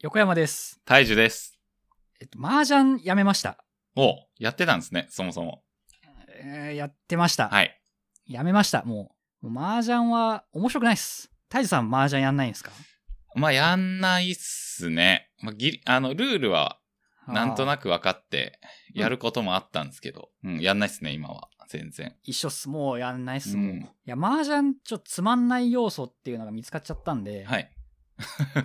横山です。大樹です。えっと、麻雀やめました。おやってたんですね、そもそも。えーやってました。はい。やめました、もう。もう麻雀は面白くないっす。大樹さん麻雀やんないんですかまあ、やんないっすね。まあ、ぎり、あの、ルールは、なんとく。なく分かって、うんやることもあったんですけど、うん、やんないっすね、今は。全然。一緒っす、もうやんないっす、もう。うんいや、麻雀ちょっとつまんない要素っていうのが見つかっちゃったんで、はい。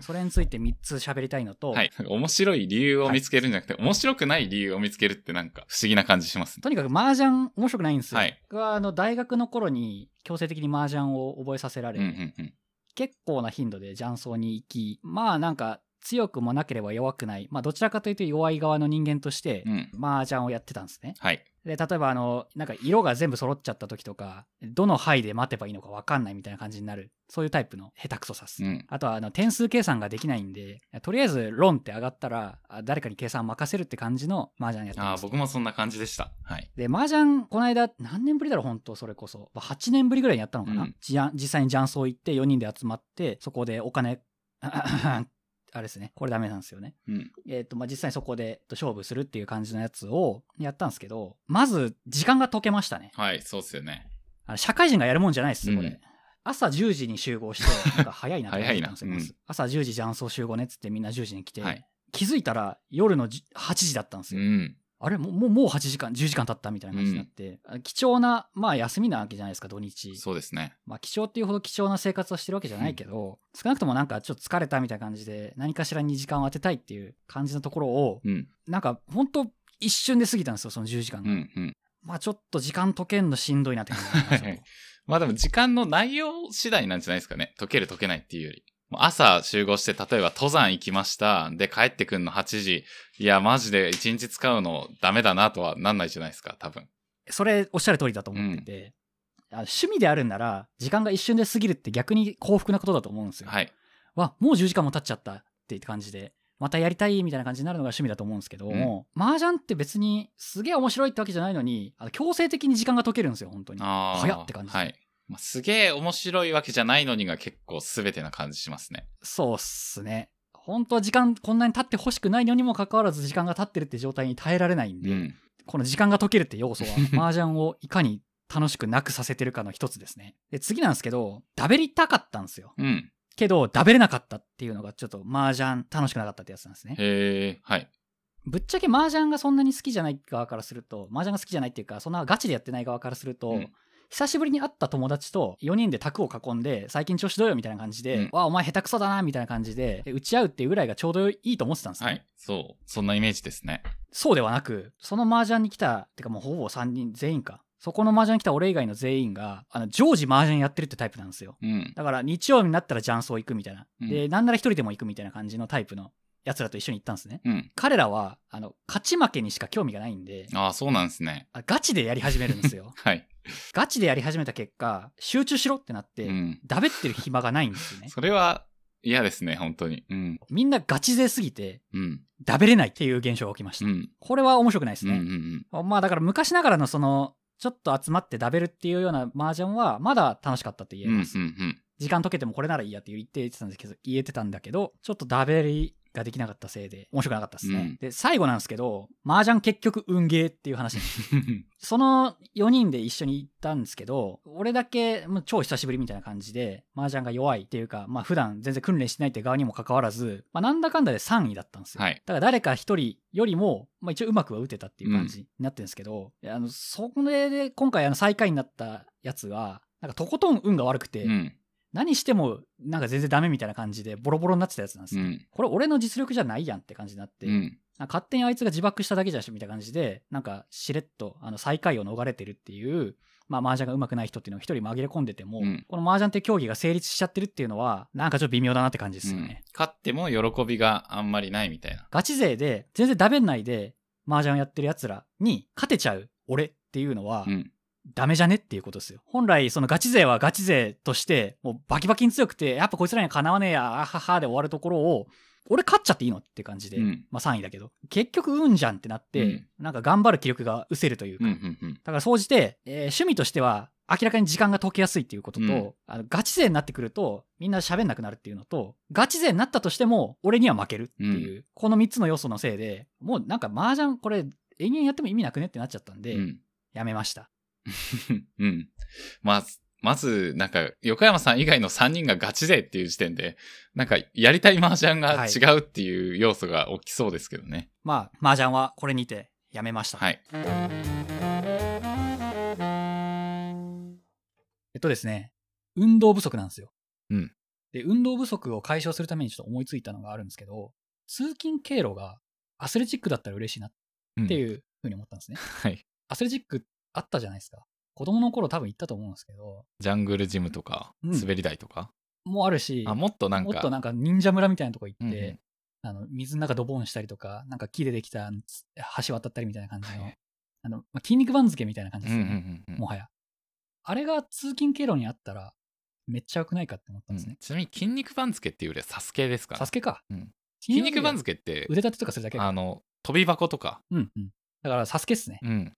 それについて3つ喋りたいのと、はい。面白い理由を見つけるんじゃなくて、面白くない理由を見つけるってなんか不思議な感じしますね。とにかく麻雀面白くないんですよ。はい僕はあの大学の頃に強制的に麻雀を覚えさせらうれ、んうんうん。結構な頻度で雀荘に行きまあなんか強くもなければ弱くないまあどちらかというと弱い側の人間としてうん。麻雀をやってたんですねはい。で例えばあのなんか色が全部揃っちゃった時とかどの牌で待てばいいのか分かんないみたいな感じになるそういうタイプの下手くそさっす、うん。あとはあの点数計算ができないんでとりあえず論って上がったらあ誰かに計算任せるって感じの麻雀やってあまあ、す僕もそんな感じでした。はい。で、麻雀、この間、何年ぶりだろう、本当それこそ。8年ぶりぐらいにやったのかな、うんじゃ実際に雀荘行って、4人で集まって、そこでお金、あれですね、これダメなんですよね。うん。えっ、と、まあ、実際にそこでえっと勝負するっていう感じのやつをやったんですけど、まず、時間が解けましたね。はい、そうっすよね。あの社会人がやるもんじゃないです、これ。うん朝10時に集合して、なんか早い なって思っ早ていたなんですよ、うんまず朝10時雀荘集合ねっつってみんな10時に来て、はい気づいたら夜のじ8時だったんですうよ。ん。あれもうもうもう8時間10時間経ったみたいな感じになって、あ貴重な、まあ、休みなわけじゃないですか土日、そうですね。まあ、貴重っていうほど貴重な生活をしてるわけじゃないけど、少なくともなんかちょっと疲れたみたいな感じで何かしらに時間を当てたいっていう感じのところをうん。なんかほんと一瞬で過ぎたんですよその10時間うが、ん。うん。まあちょっと時間解けんのしんどいなって感じになりましたとはいまあでも時間の内容次第なんじゃないですかね。解ける解けないっていうより。もう朝集合して、例えば登山行きました。で、帰ってくんの8時。いや、マジで1日使うのダメだなとはなんないじゃないですか、多分。それおっしゃる通りだと思ってて、あ趣味であるんなら時間が一瞬で過ぎるって逆に幸福なことだと思うんですよ、はい。わもう10時間も経っちゃったって感じでまたやりたいみたいな感じになるのが趣味だと思うんですけども、麻雀って別にすげえ面白いってわけじゃないのにあの強制的に時間が解けるんですよ本当にああ。早って感じはい。まあ、すげえ面白いわけじゃないのにが結構全てな感じしますね。そうっすね本当は時間こんなに経ってほしくないのにもかかわらず時間が経ってるって状態に耐えられないんうで、ん。この時間が解けるって要素は 麻雀をいかに楽しくなくさせてるかの一つですねで次なんですけどダベりたかったんですようん。けどダベれなかったっていうのがちょっと麻雀楽しくなかったってやつなんですねへえ、はい。ぶっちゃけ麻雀がそんなに好きじゃない側からすると麻雀が好きじゃないっていうかそんなガチでやってない側からすると、うん久しぶりに会った友達と4人で卓を囲んで最近調子どうよみたいな感じで、うんわあお前下手くそだなみたいな感じで打ち合うっていうぐらいがちょうどいいと思ってたんですね、はい。そう。そんなイメージですね。そうではなくその麻雀に来たてかもうほぼ3人全員かそこの麻雀に来た俺以外の全員があの常時麻雀やってるってタイプなんですようん。だから日曜日になったら雀荘行くみたいな、うんでなんなら一人でも行くみたいな感じのタイプのやつらと一緒に行ったんですねうん。彼らはあの勝ち負けにしか興味がないんでああ、そうなんですね。あガチでやり始めるんです よはい。ガチでやり始めた結果集中しろってなって、うん。ダベってる暇がないんですよね それは嫌ですね、本当に。うん。みんなガチ勢すぎてうん。ダベれないっていう現象が起きましうた、ん。これは面白くないですうん。うね、ん。まあだから昔ながらのそのちょっと集まってダベるっていうような麻雀はまだ楽しかったと言えうん。うまんす、。うん。時間解けてもこれならいいやって言って言ってたんですけど言えてたんだけどちょっとダベりができなかったせいで面白くなかったですね、うんで最後なんですけど麻雀結局運ゲーっていう話 なんですうんその4人で一緒に行ったんですけど、俺だけもう超久しぶりみたいな感じで、麻雀が弱いっていうか、まあ普段全然訓練してないって側にもかかわらず、まあなんだかんだで3位だったんですよ。はいだから誰か1人よりも、まあ一応うまくは打てたっていう感じになってるんですけど、いやあの、そこで今回あの最下位になったやつが、なんかとことん運が悪くて、うん。何してもなんか全然ダメみたいな感じでボロボロになってたやつなんですうよ。ん。これ俺の実力じゃないやんって感じになって、うん。なんか勝手にあいつが自爆しただけじゃしみたいな感じでなんかしれっとあの最下位を逃れてるっていう、まあ、麻雀が上手くない人っていうのが一人紛れ込んでても、うんこの麻雀って競技が成立しちゃってるっていうのはなんかちょっと微妙だなって感じですよね。勝っても喜びがあんまりないみたいな。ガチ勢で全然ダメんないで麻雀をやってるやつらに勝てちゃう俺っていうのは、うん。ダメじゃねっていうことですよ。本来、そのガチ勢はガチ勢として、もうバキバキに強くて、やっぱこいつらにはかなわねえや、あははで終わるところを、俺勝っちゃっていいのって感じで、うんまあ3位だけど、結局運じゃんってなって、うんなんか頑張る気力が失せるというか、うんうんうん。だから総じて、えー趣味としては、明らかに時間が解けやすいっていうことと、うんあのガチ勢になってくると、みんな喋んなくなるっていうのと、ガチ勢になったとしても、俺には負けるっていう、この3つの要素のせいで、もうなんか麻雀これ、延々やっても意味なくねってなっちゃったんで、うん。やめました。うん。まず、まず、なんか、横山さん以外の3人がガチ勢っていう時点で、なんか、やりたい麻雀が違うっていう要素が大きそうですけどね。まあ、麻雀はこれにて、やめました。はい。えっとですね、運動不足なんですよ。うんで、運動不足を解消するためにちょっと思いついたのがあるんですけど、通勤経路がアスレチックだったら嬉しいなってうん。いうふうに思ったんですね。 はい。アスレチックあったじゃないですか。子供の頃多分行ったと思うんですけど、ジャングルジムとか、うん滑り台とか。もうあるし、あ、もっとなんか。もっとなんか忍者村みたいなとこ行うんっうんて、あの水の中ドボンしたりとか、なんか木でできたつ橋渡ったりみたいな感じの、はいあの、まあ筋肉番付みたいな感じうでんすうよね。んうんうんもはや。あれが通勤経路にあったら、めっちゃ良くないかって思ったうんんですね。ちなみに筋肉番付っていうよりはサスケですかサらスケか。うん筋肉番付って腕立てとかするだけかあの飛び箱とか、うんうん。だから、サスケっすね。うん、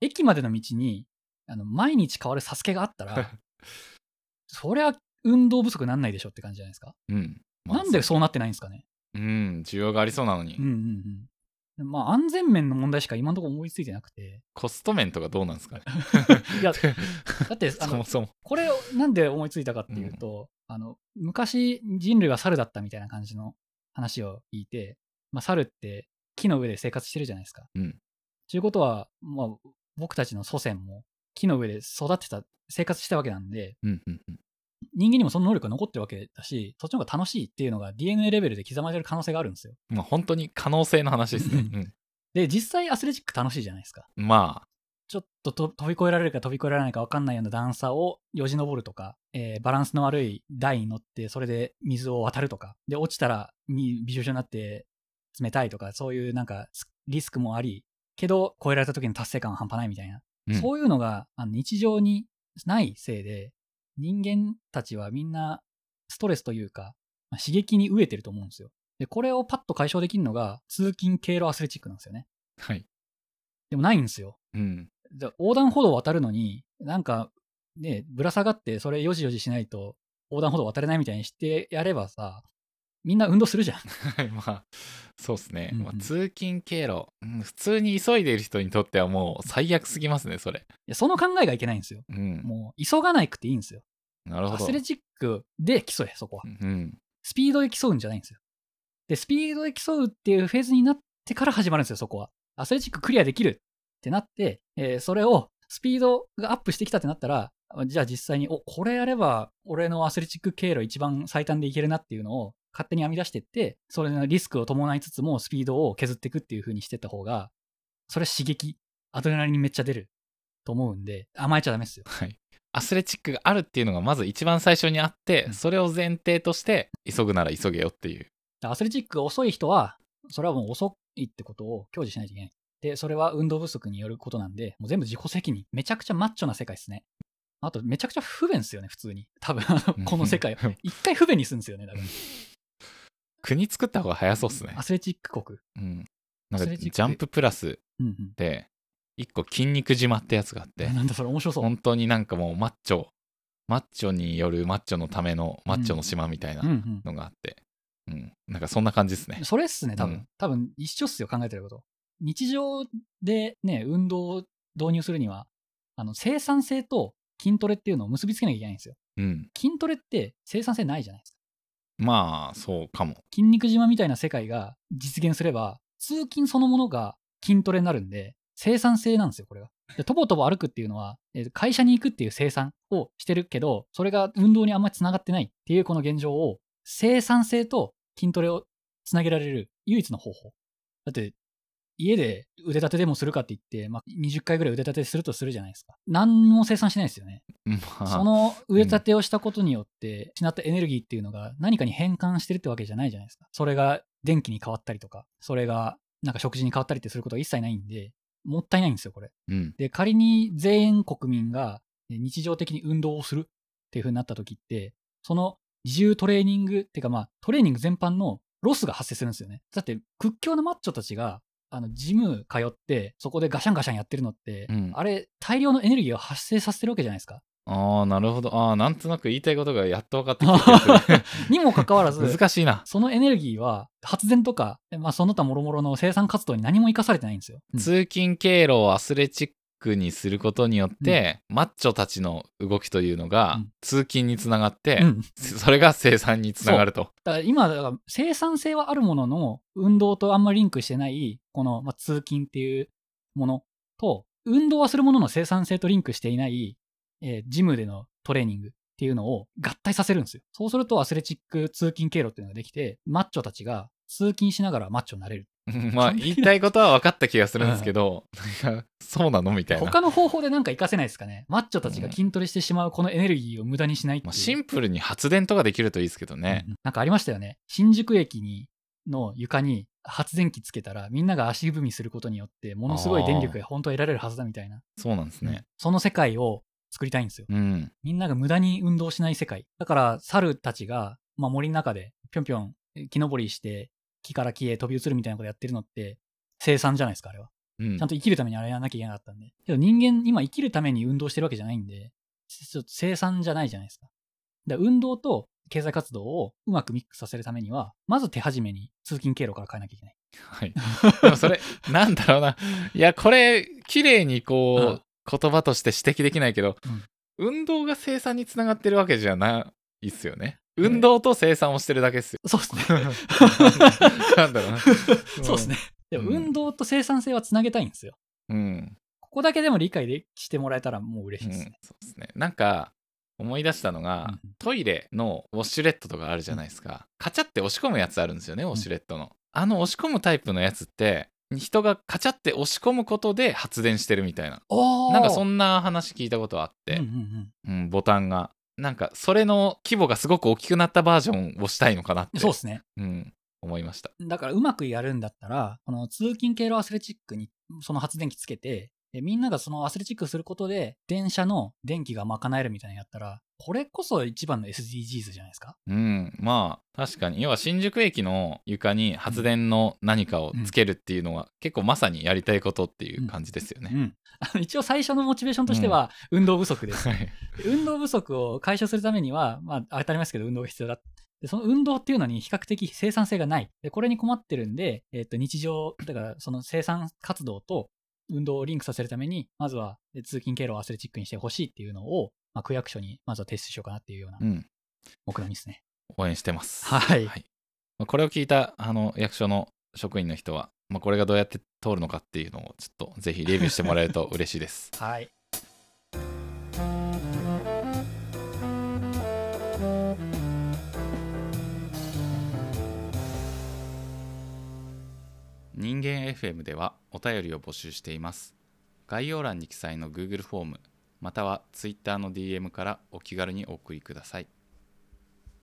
駅までの道に、あの、毎日変わるサスケがあったら、そりゃ、運動不足なんないでしょって感じじゃないですか。うんまあなんでそうなってないんですかね。うん需要がありそうなのに、うんうんうん。まあ、安全面の問題しか今のところ思いついてなく て。コスト面とかどうなんですかねいや、だって、あ そのも、そもこれをなんで思いついたかっていうと、あの、昔人類は猿だったみたいな感じの話を聞いて、まあ、猿って木の上で生活してるじゃないですか。うんということは、まあ、僕たちの祖先も木の上で育ってた、生活したわけなんで、うんうんうん人間にもその能力が残ってるわけだし、そっちの方が楽しいっていうのが DNA レベルで刻まれてる可能性があるんですよ。まあ本当に可能性の話ですね、で、実際アスレチック楽しいじゃないですか。うんまあちょっとと飛び越えられるか飛び越えられないか分かんないような段差をよじ登るとか、えーバランスの悪い台に乗って、それで水を渡るとか、で、落ちたらにびしょびしょになって冷たいとか、そういうなんかスリスクもあり、けど越えられた時の達成感は半端ないみたいな、うんそういうのがあの日常にないせいで、人間たちはみんなストレスというか、まあ刺激に飢えてると思うんですよ。で、これをパッと解消できるのが通勤経路アスレチックなんですよね。はいでもないんですよ。うんじゃあ横断歩道を渡るのに、なんか、ね、ぶら下がって、それよじよじしないと、横断歩道渡れないみたいにしてやればさ、みんな運動するじゃん。はいまあそうですね、うんうんまあ、通勤経路、うん普通に急いでいる人にとってはもう最悪すぎますねそれ、いやその考えがいけないんですよ。うん、もう、急がないくていいんですよ。なるほアどスレチックで競え、そこは。うんスピードで競うんじゃないんですよ。で、スピードで競うっていうフェーズになってから始まるんですよ、そこは。アスレチッククリアできるってなって、えーそれをスピードがアップしてきたってなったら、じゃあ実際に、お、これやれば、俺のアスレチック経路一番最短でいけるなっていうのを勝手に編み出してって、それのリスクを伴いつつもスピードを削っていくっていう風にしてった方が、それ刺激、アドレナリンめっちゃ出ると思うんで、甘えちゃダメですよ。はい、アスレチックがあるっていうのがまず一番最初にあって、うんそれを前提として急ぐなら急げよっていうアスレチックが遅い人は、それはもう遅いってことを享受しないといけない。で、それは運動不足によることなんで、もう全部自己責任。めちゃくちゃマッチョな世界ですね。あと、めちゃくちゃ不便ですよね、普通に。多分、あのこの世界を。うん一回不便にするんですよね、だから。国作った方が早そうっすねア、スレチック国。うん、なんアかスジレチックャンププラスうんで一個筋肉島ってやつがあっうてん。なんだそれ面白そう。本当になんかもうマッチョマッチョによるマッチョのためのマッチョの島みたいなうんうん。のがあって、うんなんかそんな感じですねそれっすね、多分。うん多分、一緒っすよ、考えてること。日常でね、運動を導入するには、あの、生産性と筋トレっていうのを結びつけなきゃいけないんですよ。うん筋トレって生産性ないじゃないですかまあそうかも筋肉島みたいな世界が実現すれば、通勤そのものが筋トレになるんで、生産性なんですよ、これが。で、とぼとぼ歩くっていうのは、えー会社に行くっていう生産をしてるけど、それが運動にあんまりつながってないっていうこの現状を、生産性と筋トレをつなげられる唯一の方法。だって、家で腕立てでもするかって言って、まあ、20回ぐらい腕立てするとするじゃないですか。何も生産しないですよね。まあその植え立てをしたことによって失ったエネルギーっていうのが何かに変換してるってわけじゃないじゃないですか。それが電気に変わったりとか、それがなんか食事に変わったりってすることが一切ないんで、もったいないんですよ、これ。うんで、仮に全国民がえ日常的に運動をするっていう風になった時って、その自重トレーニングっていうかまあトレーニング全般のロスが発生するんですよね。だって、屈強のマッチョたちが、あの、ジム通って、そこでガシャンガシャンやってるのって、うんあれ、大量のエネルギーを発生させてるわけじゃないですか。ああ、なるほど。ああ、なんとなく言いたいことがやっと分かってきた気がすにもかかわらず、 る。難しいな。 そのエネルギーは発電とか、まあ、その他諸々の生産活動に何も生かされてないんですよ。通勤経路をアスレチックにすることによって、マッチョたちの動きというのが、うん通勤につながって、うん、それが生産につながると。だから今だから生産性はあるものの運動とあんまりリンクしてないこの、まあ、通勤っていうものと運動はするものの生産性とリンクしていない、えージムでのトレーニングっていうのを合体させるんですよそうするとアスレチック通勤経路っていうのができてマッチョたちが通勤しながらマッチョになれるまあ、言いたいことは分かった気がするんですけど、なんかそうなのみたいな。他の方法でなんか活かせないですかねマッチョたちが筋トレしてしまうこのエネルギーを無駄にしないっていまうあ、シンプルに発電とかできるといいですけどね。うんなんかありましたよね。新宿駅にの床に発電機つけたら、みんなが足踏みすることによって、ものすごい電力が本当は得られるはずだみたいな。そうなんですね。その世界を作りたいんですよ。うん。みんなが無駄に運動しない世界。だから、猿たちが、まあ、森の中でぴょんぴょん木登りして、木から木へ飛び移るみたいなことやってるのって、生産じゃないですか、あれは。うんちゃんと生きるためにあれやらなきゃいけなかったんで。けど人間、今生きるために運動してるわけじゃないんで、ちょっと生産じゃないじゃないですか。だから運動と経済活動をうまくミックスさせるためには、まず手始めに通勤経路から変えなきゃいけない。はい。でもそれ、なんだろうな。いや、これ、綺麗にこう、言葉として指摘できないけど、運動が生産につながってるわけじゃないっすよね。運動と生産をしてるだけっすよ。そうですね。 なんだろうな。そうですね。でも運動と生産性はつなげたいんですよ。うん。ここだけでも理解でしてもらえたらもう嬉うしいん。でそうすでね。すね。なんか、思い出したのが、うんトイレのウォシュレットとかあるじゃないですか。カチャって押し込むやつあるんですよね、ウォシュレットの。あの押し込むタイプのやつって、人がカチャって押し込むことで発電してるみたいな。おなんかそなんな話聞いたことあって、うんうんうんうん、ボタンが。なんか、それの規模がすごく大きくなったバージョンをしたいのかなって、そうですね。うん、思いました。だからうまくやるんだったら、この通勤経路アスレチックにその発電機つけて、でみんながそのアスレチックすることで、電車の電気が賄えるみたいなのやったら、これこそ一番の SDGs じゃないですか。うん、まあ、確かに。要は、新宿駅の床に発電の何かをつけるっていうのは、結構まさにやりたいことっていう感じですようね。ん。 あの一応最初のモチベーションとしては、運動不足です。はい。で運動不足を解消するためには、まあ、当たり前ですけど、運動が必要だ。でその運動っていうのに比較的生産性がない。でこれに困ってるんで、えっと日常、だからその生産活動と運動をリンクさせるために、まずはえ通勤経路をアスレチックにしてほしいっていうのを、まあ、区役所にまずは提出しようかなっていうようなうん、目論見ですね。応援してます。はいまあこれを聞いた、あの、役所の職員の人は、まあ、これがどうやって通るのかっていうのを、ちょっと、ぜひレビューしてもらえる と嬉しいです。はい。人間 FM ではお便りを募集しています概要欄に記載の Google フォームまたは Twitter の DM からお気軽にお送りください